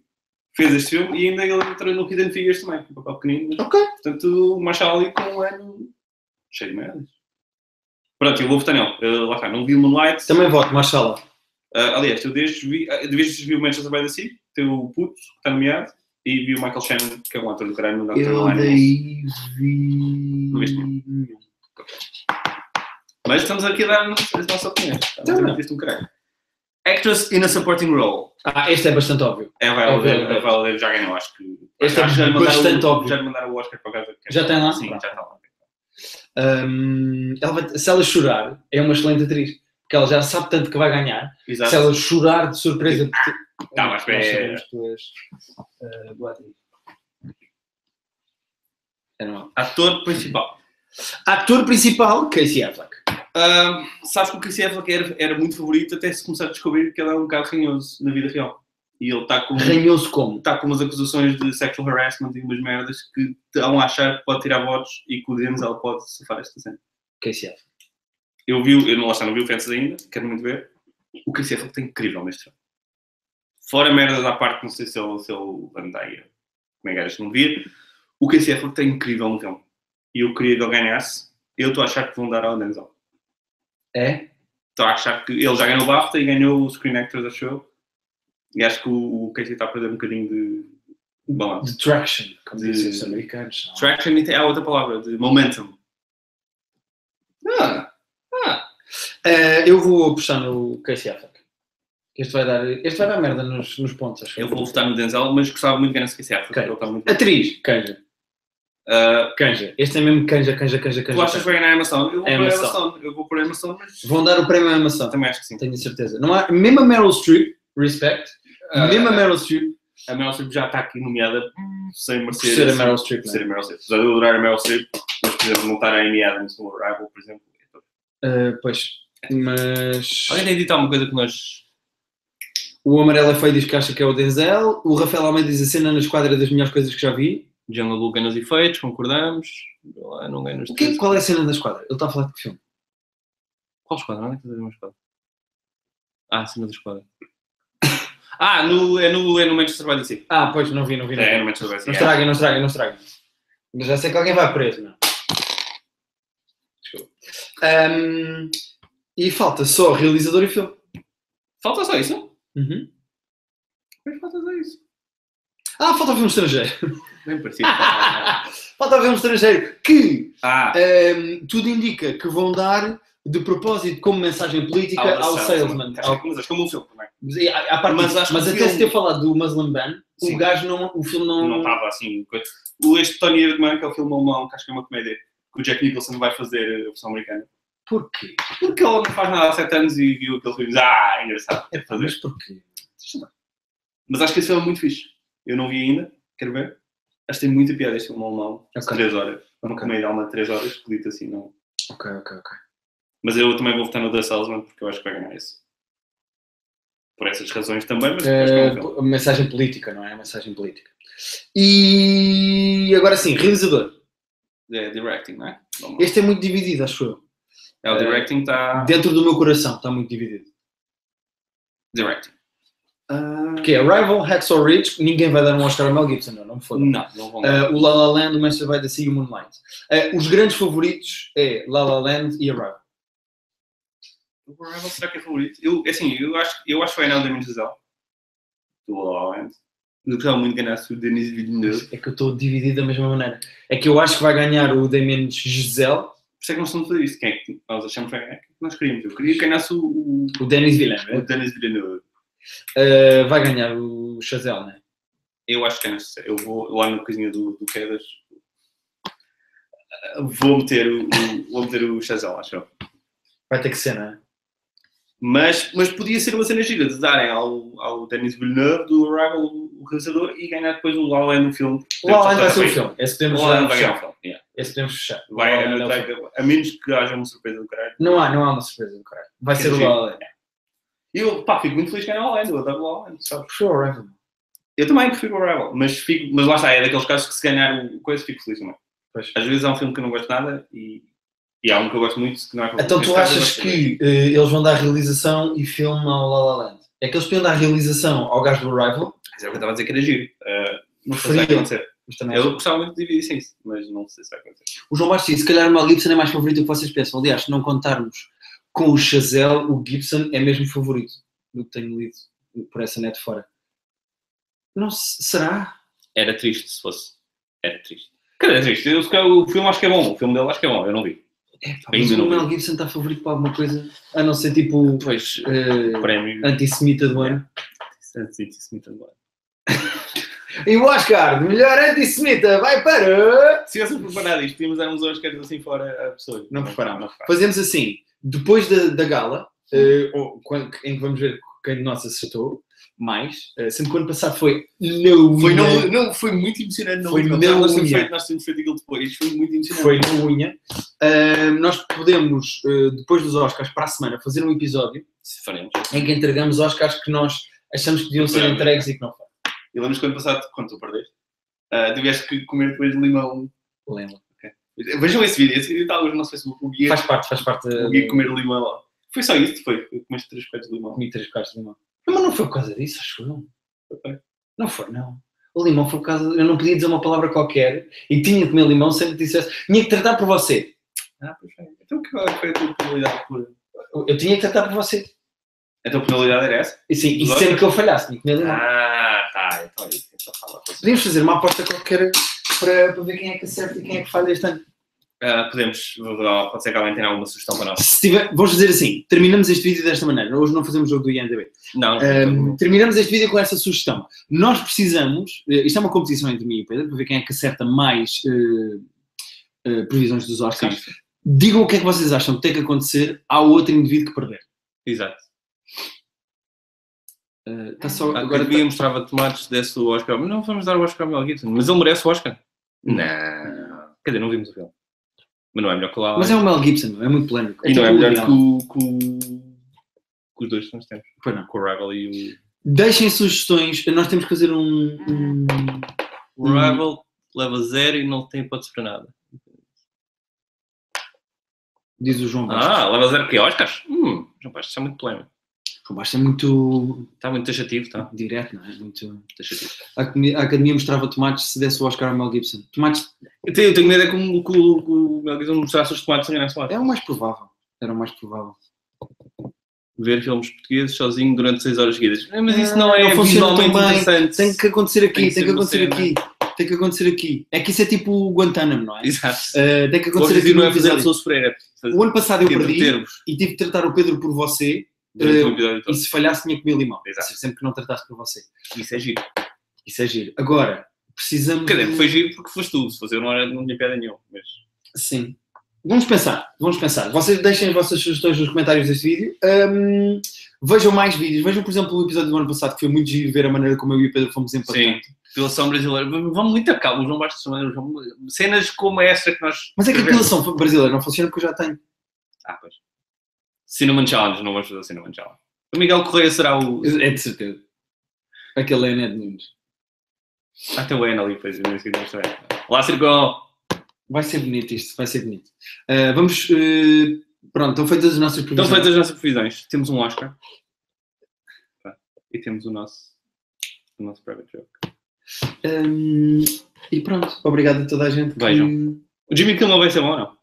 B: Fez este filme e ainda ele entrou no Hidden Figures também, um papel pequenino. mas-
A: Ok.
B: Portanto, o Marshall ali com um ano cheio de merdas. Pronto, eu vou votar nele. Eh, lá está, não vi o Moonlight.
A: Também voto, Marshala.
B: Ah, aliás, eu desde vi, ah, desde vi o Manchester by the Sea, tem o Puto, que está nomeado, e vi o Michael Shannon, que é um ator do caralho no Doctor
A: Eu
B: Online.
A: daí vi.
B: Não viste Mas estamos aqui a dar as nossas opiniões.
A: Tá
B: Estamos
A: bem.
B: a dizer um caralho. Actress in a supporting role.
A: Ah, este é bastante óbvio.
B: É a Viola
A: É verdade.
B: Davis. A Viola Davis já ganhou, acho que.
A: Este
B: acho que
A: é
B: lhe mandaram
A: bastante
B: o,
A: óbvio.
B: Já lhe mandaram o Oscar para casa.
A: Já tem lá?
B: Sim, já
A: Pronto.
B: está lá.
A: Hum, ela vai- se ela chorar, é uma excelente atriz. Porque ela já sabe tanto que vai ganhar. Se
B: Exato.
A: ela chorar de surpresa. porque-
B: Tá, mas
A: Nós
B: espera.
A: sabemos que tu és, ah, boa atriz. Era um uma-
B: Ator principal.
A: Ator principal, Casey Affleck.
B: Ah, sabes que o Casey Affleck era, era muito favorito até se começar a descobrir que ele é um bocado ranhoso na vida real. E ele está com.
A: Ranhou-se como?
B: está tá com umas acusações de sexual harassment e umas merdas que estão a achar que pode tirar votos e que o Denzel pode safar esta cena.
A: Casey Affleck.
B: Eu vi, o- eu não, lá está, não vi o Fences ainda, quero muito ver. O Chris Effect é incrível neste filme. Fora merdas à parte, não sei se eu, se eu andei a- como é que era, se não via. O Chris Effect é incrível no filme. E eu queria que ele ganhasse. Eu estou a achar que vão dar ao Denzel.
A: É?
B: Estou a achar que ele já ganhou o BAFTA e ganhou o Screen Actors, acho eu. E acho que o, o Casey está a perder um bocadinho de balanço.
A: De traction, como
B: De-
A: dizem os americanos. não?
B: Traction é outra palavra, de momentum.
A: Ah, ah. Eh, eu vou apostar no Casey Affleck. Este vai dar, este vai dar merda nos, nos pontos, acho.
B: Eu vou votar no Denzel, mas gostava muito de ganhar esse Affleck.
A: Ok.
B: Ele está muito bem.
A: Atriz, canja.
B: Ah,
A: Canja. Este é mesmo canja, canja, canja, canja.
B: tu achas que vai ganhar a Emma Stone? Eu vou
A: Emma
B: por Emma
A: Stone.
B: Stone. Eu vou por Emma Stone, mas
A: Vão dar o prémio à maçã.
B: também acho que sim.
A: Tenho a certeza. Não há, mesmo a Meryl Streep, respect.
B: Ah,
A: mesmo a Meryl Streep,
B: a Meryl Streep já está aqui nomeada sem
A: por
B: merecer.
A: ser a
B: assim,
A: Meryl Streep.
B: por
A: não é?
B: ser a Meryl Streep. Apesar de eu adorar a Meryl Streep, mas por exemplo, não estar a Amy Adams no Arrival, por exemplo.
A: Eh, pois. Mas.
B: Alguém tem dito alguma coisa que nós.
A: O Amarelo é Feio diz que acha que é o Denzel. O Rafael Almeida diz a cena na esquadra das melhores coisas que já vi.
B: Jungle ganha os efeitos, concordamos. Lá, não ganha os
A: O quê? Qual é a cena da esquadra? Ele está a falar de que filme?
B: Qual esquadra? Onde é que estás a ver uma esquadra? Ah, acima da esquadra. Ah, no, é, no, é no Manchester by the Sea.
A: Ah, pois, não vi, não vi. Não,
B: É,
A: vi.
B: no Manchester by the
A: não
B: Sea.
A: estraguem, não estraguem, não estraguem. Mas já sei que alguém vai preso, não. é? Desculpa. Ahm, e falta só realizador e filme.
B: Falta só isso?
A: Uhum.
B: Pois falta só isso.
A: Ah, falta filme estrangeiro.
B: Bem parecido. ah,
A: falta filme estrangeiro que ahm, tudo indica que vão dar de propósito como mensagem política ao salesman. ao-
B: Mas acho que é um bom filme também.
A: Mas, e, à- à parte
B: Mas
A: disso,
B: acho que
A: mas
B: o
A: até
B: filme-
A: se ter falado do Muslim Ban,
B: Sim.
A: o gajo não. O filme não. tá.
B: Não estava assim. coisa. O este Tony Erdmann, que é o filme alemão, que acho que é uma comédia, que o Jack Nicholson vai fazer eh, a versão americana.
A: Porquê?
B: Porque ele não faz nada há 7 anos e viu aquele filme e diz, ah,
A: É
B: engraçado, quero fazer.
A: Mas porquê?
B: Mas acho que esse filme é muito fixe. Eu não vi ainda, quero ver. Acho que tem muita piada este filme alemão,
A: Ok.
B: 3 horas. Uma
A: Ok.
B: comédia alemã de 3 horas, que dito assim, não.
A: Ok, ok, ok.
B: Mas eu também vou votar no The Salesman, porque eu acho que vai ganhar esse. Por essas razões também, mas acho que é um filme.
A: Eh, mensagem política, não é? Mensagem política. E agora sim, realizador.
B: É directing, não é? Vamos lá.
A: Este é muito dividido, acho eu.
B: É, o directing está.
A: Dentro do meu coração está muito dividido.
B: Directing. Ah,
A: Que é Rival, Hacksaw Ridge, ninguém vai dar um Oscar a Mel Gibson, não, não me foda.
B: Não, não vão.
A: Eh, o La La Land, o Manchester by the Sea e o Moonlight. Eh, os grandes favoritos é La La Land e Arrival.
B: O Arrival será que é favorito? Eu, assim, eu acho, eu acho que vai ganhar o Damien Giselle. Do La La Land. Eu gostava muito de ganhar o Denis Villeneuve.
A: É que eu estou dividido da mesma maneira. É que eu acho que vai ganhar o Damien Giselle
B: isso é que nós estamos a fazer isto. Quem é que nós achamos que é que nós queríamos? Eu queria que ganhasse o, o,
A: O Denis
B: o
A: Villeneuve
B: Denis Villeneuve.
A: eh, vai ganhar o Chazelle, né?
B: Eu acho que é necessário. Eu vou lá na cozinha do, do Quedas. ah, Vou meter o, o- vou meter o Chazelle, acho eu.
A: Vai ter que ser, não é?
B: Mas, mas podia ser uma cena gira de darem ao, ao Denis Villeneuve do Arrival o realizador e ganhar depois o La La Land no filme.
A: O La La Land vai ser o
B: Também.
A: filme. É Esse
B: O
A: podemos
B: La La Land vai ganhar o
A: fechar.
B: filme. yeah.
A: Esse podemos fechar. O La La
B: Vai,
A: Land um é o filme.
B: a, a menos que haja uma surpresa do caralho.
A: Não há, não há uma surpresa do caralho. Vai
B: Que
A: ser o
B: giro.
A: La La Land.
B: E eu, pá, fico muito feliz que ganhar o La La Land. Eu adoro o La La Land, sabe?
A: Puxou o Rival.
B: Eu também prefiro o Arrival, mas, fico, mas lá está, é daqueles casos que se ganhar o coisa fico feliz também.
A: Pois.
B: Às vezes há um filme que eu não gosto nada e, e há um que eu gosto muito que não é
A: Então tu
B: Neste caso, eu
A: achas
B: gosto muito.
A: que eh, eles vão dar realização e filme ao La La Land? É que eles podiam dar realização ao gajo do Rival,
B: Mas é o que eu estava a dizer que era giro. Ah, não sei se vai
A: Preferia.
B: acontecer.
A: mas também
B: Eu gostava muito de dividir isso, mas não sei se vai acontecer.
A: O João Bastos disse, se calhar o Mel Gibson é mais favorito do que vocês pensam. Aliás, se não contarmos com o Chazelle, o Gibson é mesmo favorito do que tenho lido por essa net fora. Não se- será?
B: Era triste se fosse. Era triste. Cara, era é triste. Eu, se calhar, o filme acho que é bom. O filme dele acho que é bom. Eu não vi.
A: É, pá,
B: Ainda
A: mas
B: não
A: o
B: vi.
A: Mel Gibson está favorito para alguma coisa, a não ser tipo
B: Depois,
A: eh,
B: o prémio.
A: antissemita do ano.
B: Se
A: E o Oscar de melhor antissemita vai para.
B: tivéssemos preparado isto, podíamos dar uns Oscars assim fora a pessoa.
A: Não preparámos.
B: Não preparámos.
A: Fazemos assim, depois da, da gala, eh, ou quando- em que vamos ver quem de nós acertou mais, eh, sempre que o ano passado foi. Não,
B: Foi, não, não, foi muito emocionante. Não
A: Foi
B: última.
A: na
B: nós, temos
A: unha.
B: feito, nós temos feito aquilo depois. Foi muito emocionante.
A: foi na unha. Ah, nós podemos, ah, depois dos Oscars, para a semana, fazer um episódio
B: Se faremos.
A: em que entregamos Oscars que nós achamos que deviam ser
B: Claro.
A: entregues e que não foram.
B: E lembras que ano passado, quando tu perdeste, ah, tiveste que comer depois de limão.
A: Lembro.
B: Vejam esse vídeo. Esse vídeo está hoje no nosso Facebook. O guia,
A: Faz parte, faz parte
B: o
A: da
B: guia comer limão lá. Foi só isso, foi. Comeste três coisas de limão.
A: comi três bocados de limão. Não, Mas não foi por causa disso, acho eu.
B: Ok.
A: Não foi, não. O limão foi por causa. Eu não podia dizer uma palavra qualquer e tinha de comer limão sempre que dissesse. Tinha que tratar por você.
B: Ah, pois é. Então, qual foi a tua penalidade por...
A: Eu- Eu tinha que tratar por você.
B: A tua penalidade era essa?
A: E, sim, e
B: Lógico.
A: sempre que eu falhasse, tinha que comer limão.
B: Ah, tá. Então, isso. Então, fala.
A: Podíamos fazer uma aposta qualquer para, para ver quem é que acerta e quem é que falha este ano.
B: Ah, podemos... Pode ser que alguém tenha alguma sugestão para nós.
A: Se tiver- vamos fazer assim, terminamos este vídeo desta maneira. Hoje não fazemos jogo do IMDB.
B: Não. Uhum.
A: Ahm, terminamos este vídeo com esta sugestão. Nós precisamos, eh, isto é uma competição entre mim e o Pedro, para ver quem é que acerta mais eh, eh, previsões dos Oscars.
B: Sim.
A: Digam o que é que vocês acham que tem que acontecer ao outro indivíduo que perder.
B: Exato.
A: Eh, tá só,
B: Agora
A: agora
B: devia mostrava tomates desse o Oscar. Mas não vamos dar o Oscar ao Mel Gibson. Mas ele merece o Oscar. Não. Quer dizer, não vimos o filme. Mas não é melhor que o La La
A: Mas é
B: Land.
A: o Mel Gibson, é muito polémico.
B: E não é
A: tipo
B: melhor
A: Woody
B: que,
A: Allen.
B: o, que, o- que os dois que nós temos.
A: Pois não.
B: Com o Rival e o...
A: Deixem sugestões, nós temos que fazer um. um-
B: O Rival leva zero e não tem hipótese para nada.
A: diz o João Bastos.
B: Ah, leva zero porque é Oscars? Hum, rapaz, isso é muito polémico.
A: O João Bastos é muito
B: Está muito taxativo, está.
A: direto, não é? Muito.
B: taxativo.
A: A Academia, a Academia mostrava tomates se desse o Oscar ao Mel Gibson. Tomates
B: Eu tenho, eu tenho medo é que o- que o que o Mel Gibson mostrasse os tomates sem ganhasse lá.
A: é o mais provável. Era o mais provável.
B: Ver filmes portugueses sozinho durante 6 horas seguidas. É, Mas isso não é
A: Não funciona tão
B: visualmente
A: bem.
B: interessante.
A: Tem que acontecer
B: Tem
A: aqui,
B: que
A: tem
B: ser
A: que acontecer
B: você,
A: aqui. Tem que acontecer aqui. É que isso é tipo o Guantánamo, não é?
B: Exato.
A: Eh, tem que
B: O
A: acontecer aqui
B: objetivo
A: no
B: não é fazer a
A: episódio.
B: pessoa sofrer, é fazer
A: O ano passado eu perdi
B: entreter-vos
A: e tive de tratar o Pedro por você Eh,
B: durante o episódio
A: e
B: todo.
A: se falhasse tinha que comer limão. é
B: Exato.
A: Sempre que não tratasse por você.
B: Isso é giro.
A: Isso é giro. Agora, precisamos...
B: Quer dizer, foi giro porque foste tu. Se fosse eu não era, não tinha piada nenhuma. Mas...
A: Sim. Vamos pensar, vamos pensar. Vocês deixem as vossas sugestões nos comentários deste vídeo. Ahm, vejam mais vídeos. Vejam, por exemplo, o episódio do ano passado, que foi muito giro ver a maneira como eu e o Pedro fomos empatando.
B: Pilação brasileira. Vamos muito a calma. O João Bastos Samaneiro, o João- Cenas como essa que nós.
A: Mas é que a apelação brasileira não funciona porque eu já tenho.
B: Ah, pois. Cinnamon Challenge. Não vamos fazer o Cinnamon Challenge. O Miguel Correia será o.
A: É de certeza. Aquele é o Ned Nunes.
B: Até o Ana ali, pois. eu não sei o que isto é. Olá, Circão.
A: Vai ser bonito isto, vai ser bonito. Ah, vamos. eh, pronto, estão feitas as nossas
B: Então,
A: previsões.
B: feitas as nossas previsões. Temos um Oscar. Tá. E temos o nosso. O nosso private joke.
A: Ahm, e pronto, obrigado a toda a gente. que-
B: Vejam. O Jimmy Kimmel vai ser bom ou não?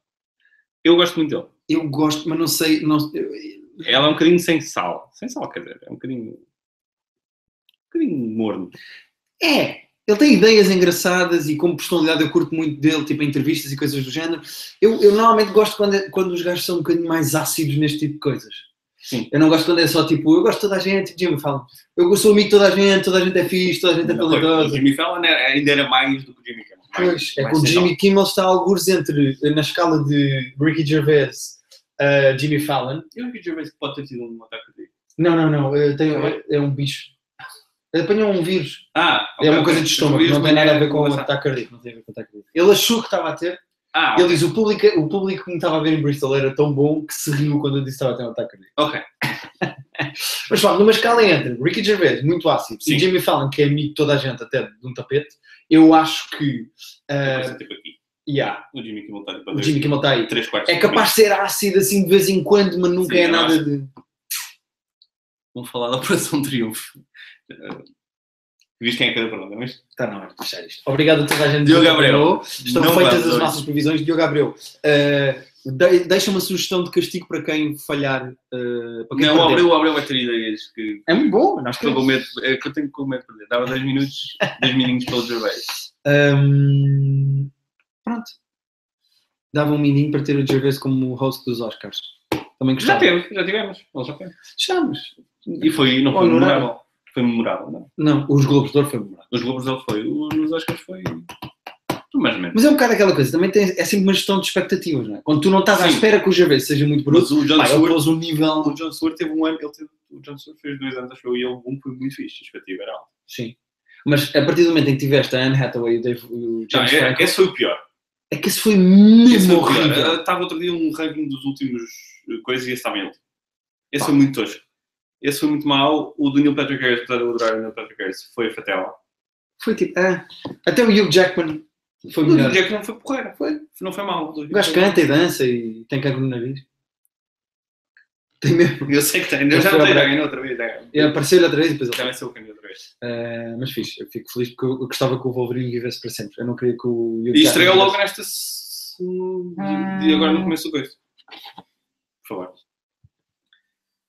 B: Eu gosto muito dele.
A: Eu gosto, mas não sei. Não, eu-
B: Ela é um bocadinho sem sal. Sem sal, quer dizer, é um bocadinho. Um bocadinho morno.
A: É, Ele tem ideias engraçadas e como personalidade eu curto muito dele, tipo em entrevistas e coisas do género. Eu, eu normalmente gosto quando, é- quando os gajos são um bocadinho mais ácidos neste tipo de coisas.
B: Sim.
A: Eu não gosto quando é só tipo, eu gosto de toda a gente, Jimmy fala, eu sou amigo de toda a gente, toda a gente é fixe, toda a gente é
B: Não, pois, O
A: talentosa.
B: Jimmy Fallon era- ainda era mais do que o Jimmy Kimmel. Mais-
A: Pois, é
B: mais
A: que o
B: sensão.
A: Jimmy Kimmel está a algures entre, eh, na escala de Ricky Gervais, eh, Jimmy Fallon,
B: Eu acho que o Gervais um pode ter tido um ataque de...
A: Não, não, não. eh, tem-
B: Não
A: é um bicho. Apanhou um vírus.
B: Ah, ok,
A: é uma
B: ok.
A: coisa de estômago.
B: Os
A: Não tem
B: vírus é
A: nada a ver com o
B: mandaram-
A: ataque cardíaco. Não tem a ver com o ataque cardíaco. Ele achou que estava a ter.
B: Ah,
A: Ele diz, o público, o público que me estava a ver em Bristol era tão bom que se riu quando eu disse que estava a ter um ataque cardíaco.
B: ok.
A: Mas pronto, numa escala entre Ricky Gervais, muito ácido,
B: Sim.
A: e Jimmy Fallon, que é amigo de toda a gente, até de um tapete, eu acho que... eh,
B: Aparece tipo aqui.
A: yeah,
B: O Jimmy Kimmel está
A: o Jimmy Kimmel está aí.
B: 3 quartos.
A: É capaz de ser ácido assim de vez em quando, mas nunca
B: Sim,
A: é
B: eu
A: nada
B: acho.
A: de...
B: Vamos falar da Operação Triunfo. Eh, Viste quem é cada pergunta, mas...
A: Está na hora de fechar é isto. Obrigado a toda a gente.
B: Diogo
A: que
B: Gabriel.
A: acompanhou. Estão
B: não
A: feitas
B: vamos
A: as
B: hoje.
A: nossas previsões. Diogo Gabriel, uh, de- deixa uma sugestão de castigo para quem falhar. uh, para quem
B: Não, o
A: perder.
B: Abreu, o Abreu vai ter ideias que...
A: É muito bom, nós
B: Estou
A: queremos.
B: com medo, é que eu tenho com medo de perder. Dava 10 minutos, 10 minutos pelo Gervais.
A: Um, pronto. Dava um mininho para ter o Gervais como host dos Oscars. Também
B: Já
A: gostava.
B: teve, já tivemos. Ele já teve.
A: Chaves.
B: E foi, não foi
A: Honorável.
B: memorável. Foi memorável, não.
A: Não, os Globos de Ouro foi memorável.
B: Os Globos ele foi, os nos Oscars foi... Tu mais ou menos.
A: Mas é um bocado aquela coisa, também tem, é sempre uma gestão de expectativas, não é? Quando tu não estás à
B: Sim.
A: espera que o Gervais seja muito bruto,
B: Mas o John
A: pá, ele
B: Stewart...
A: pôs um nível.
B: O John Stewart teve um ano, ele teve... O John Stewart fez dois anos, acho eu, e ele um foi muito fixe, a expectativa era alta.
A: Sim. Mas a partir do momento em que tiveste a Anne Hathaway e o, Dave, o
B: Não,
A: James
B: é-
A: Franco,
B: esse foi o pior.
A: é que esse foi mesmo
B: Esse foi o pior.
A: horrível.
B: Eu Estava outro dia um ranking dos últimos eh, coisas e esse estava em último. Esse foi muito tosco. Esse foi muito mau. O do Neil Patrick Harris, apesar de eu adorar o Neil Patrick Harris, foi fatela.
A: Foi tipo, ah, até o Hugh Jackman foi
B: O do
A: melhor.
B: Jack não foi porreira. Foi. Não foi mau.
A: O gajo canta e dança e tem cancro no nariz. Tem mesmo.
B: Eu sei que tem. Eu
A: Ele
B: já
A: foi
B: não tenho
A: ao
B: ganho outra vez. é.
A: E apareceu-lhe outra vez e depois ele...
B: Também sou o caminho outra vez.
A: Ah, mas fixe, eu fico feliz porque eu eu gostava que o Wolverine vivesse para sempre. Eu não queria que o Hugh
B: E estreou
A: Jackman
B: logo nesta... se- E agora não começo o coisa. Por favor.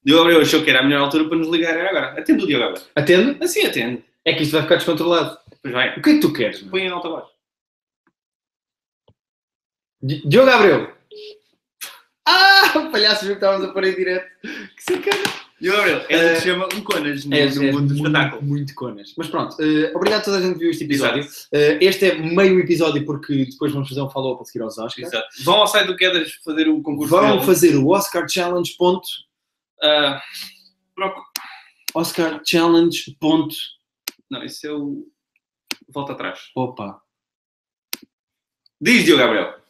B: Diogo Abreu achou que era a melhor altura para nos ligar, era agora. Atende o Diogo Abreu.
A: Atende?
B: Assim atende.
A: É que isto vai ficar descontrolado.
B: Pois vai.
A: O que é que tu queres? meu?
B: Põe em alta voz.
A: Di- Diogo Abreu! Ah, palhaço, viu que estávamos a pôr em direto. Que sacana!
B: Diogo Abreu, é o que se chama um conas no, no mundo do
A: é muito,
B: espetáculo.
A: muito conas. Mas pronto, eh, obrigado a toda a gente que viu este episódio.
B: Exato.
A: Eh, este é meio episódio porque depois vamos fazer um follow-up a seguir aos Oscars.
B: Exato. Vão ao site do Quedas fazer o concurso
A: Vão
B: dele.
A: fazer o Oscar Challenge. Ponto,
B: Ah, proc-
A: Oscar Challenge. Ponto,
B: Não, isso é o... Volta atrás.
A: opa.
B: Diz, Diogo Gabriel.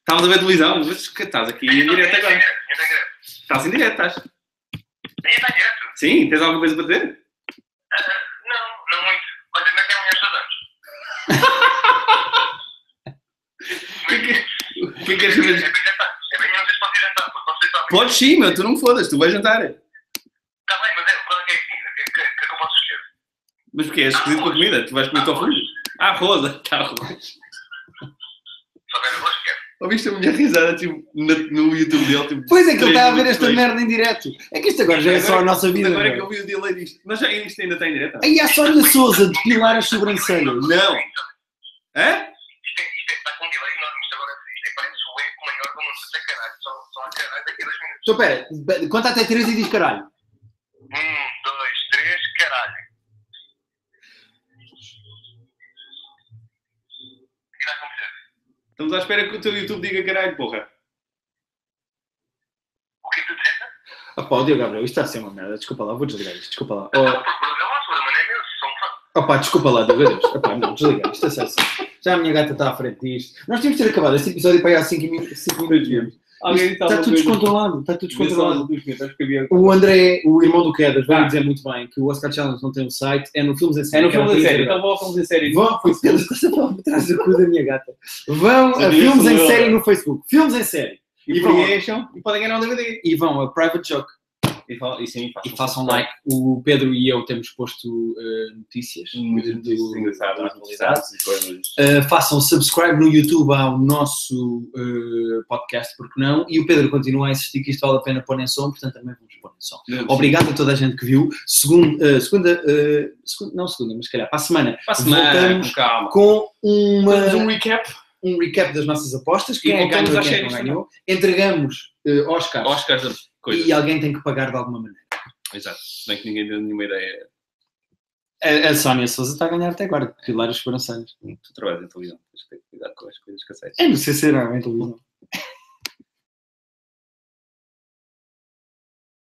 B: Estavas a ver televisão? Mas que estás aqui em direto agora. Estás em direto, estás? Sim, tens alguma coisa para dizer?
C: Não, não muito. Olha, não tem mulheres saudáveis.
B: O que é que- O que é que queres saber?
C: um É bem jantar. É bem, não sei se posso ir jantar, porque vocês sabem.
B: Podes sim, meu, tu não me fodas, tu vais jantar.
C: Está bem, mas é, qual é que é que, que, que, que eu posso escolher?
B: Mas porque é esquisito com a comida, tu vais comer tofu. Ah, rosa, está arroz.
C: Só ver arroz que é.
B: Ouviste a minha risada tipo, na- no YouTube dele? Tipo,
A: Pois é que ele
B: três
A: está a ver
B: minutos
A: esta
B: depois.
A: merda em direto. É que isto agora já é só a nossa vida.
B: Agora é que
A: meu.
B: eu vi o delay disto. Mas já isto ainda está em direto?
A: Aí há a Sónia Souza de pilar as sobrancelhas.
B: Não. Hã?
C: Isto, é, isto é, está com um delay enorme. Isto agora isto é, parece o eco maior do mundo. Isto é caralho. Só, só há caralho daqui a dois minutos.
A: Então pera, be- conta até três e diz caralho.
C: Um, dois, três, caralho. O que vai acontecer?
B: Estamos à espera que o teu YouTube diga caralho, porra.
C: O que é que tu disseste?
A: Ah pá, o Diogo Gabriel, isto está a ser uma merda. Desculpa lá, vou desligar isto. Desculpa lá.
C: Não,
A: Oh,
C: porque o programa é meu, não é meu. Sou um fã.
A: Opá, desculpa lá, Deus. Opá, não, desliga. Isto é sério. Já a minha gata está à frente disto. Nós tínhamos de ter acabado este episódio para aí há 5 minutos. Isto Está tudo descontrolado. Está tudo descontrolado. O André, o irmão do Quedas, vai
B: Ah.
A: dizer muito bem que o Oscar Challenge não tem um site. É no Filmes em
B: É
A: Série.
B: no
A: que
B: filme da
A: uma
B: série,
A: curiosidade.
B: então vou ao filme da série.
A: Vão, foi Pedro, estás a falar por trás do cu da minha gata. Vão a
B: Sabia,
A: Filmes em
B: sou eu.
A: Série no Facebook. Filmes em Série.
B: E
A: vão-
B: preencham e podem ganhar um DVD.
A: E vão a Private Joke.
B: E, fa- e sim,
A: E
B: façam.
A: façam like. O Pedro e eu temos posto eh, notícias.
B: Muito
A: do-
B: engraçado,
A: da
B: muito
A: atualidade.
B: engraçado, e coisas.
A: Uh, façam subscribe no YouTube ao nosso uh, podcast, porque não? E o Pedro continua a insistir que isto vale a pena pôr em som, portanto também vamos pôr em som. Obrigado a toda a gente que viu. Segun- uh, segunda, uh, segun- não segunda, mas se calhar para a semana,
B: Para a semana,
A: Voltamos
B: com calma.
A: com uma-
B: Fazemos um recap.
A: um recap das nossas apostas, quem
B: E
A: é que
B: voltamos
A: ganhou,
B: às
A: quem é que não
B: séries
A: ganhou. Entregamos uh, Oscars
B: Oscars da coisa.
A: e alguém tem que pagar de alguma maneira.
B: Exato. Bem que ninguém deu nenhuma ideia.
A: A, a Sónia Souza está a ganhar até agora, Pilar Esperanças.
B: Tu trabalhas em televisão, tens que ter cuidado com as coisas que aceitas.
A: É no CC, não, é em televisão.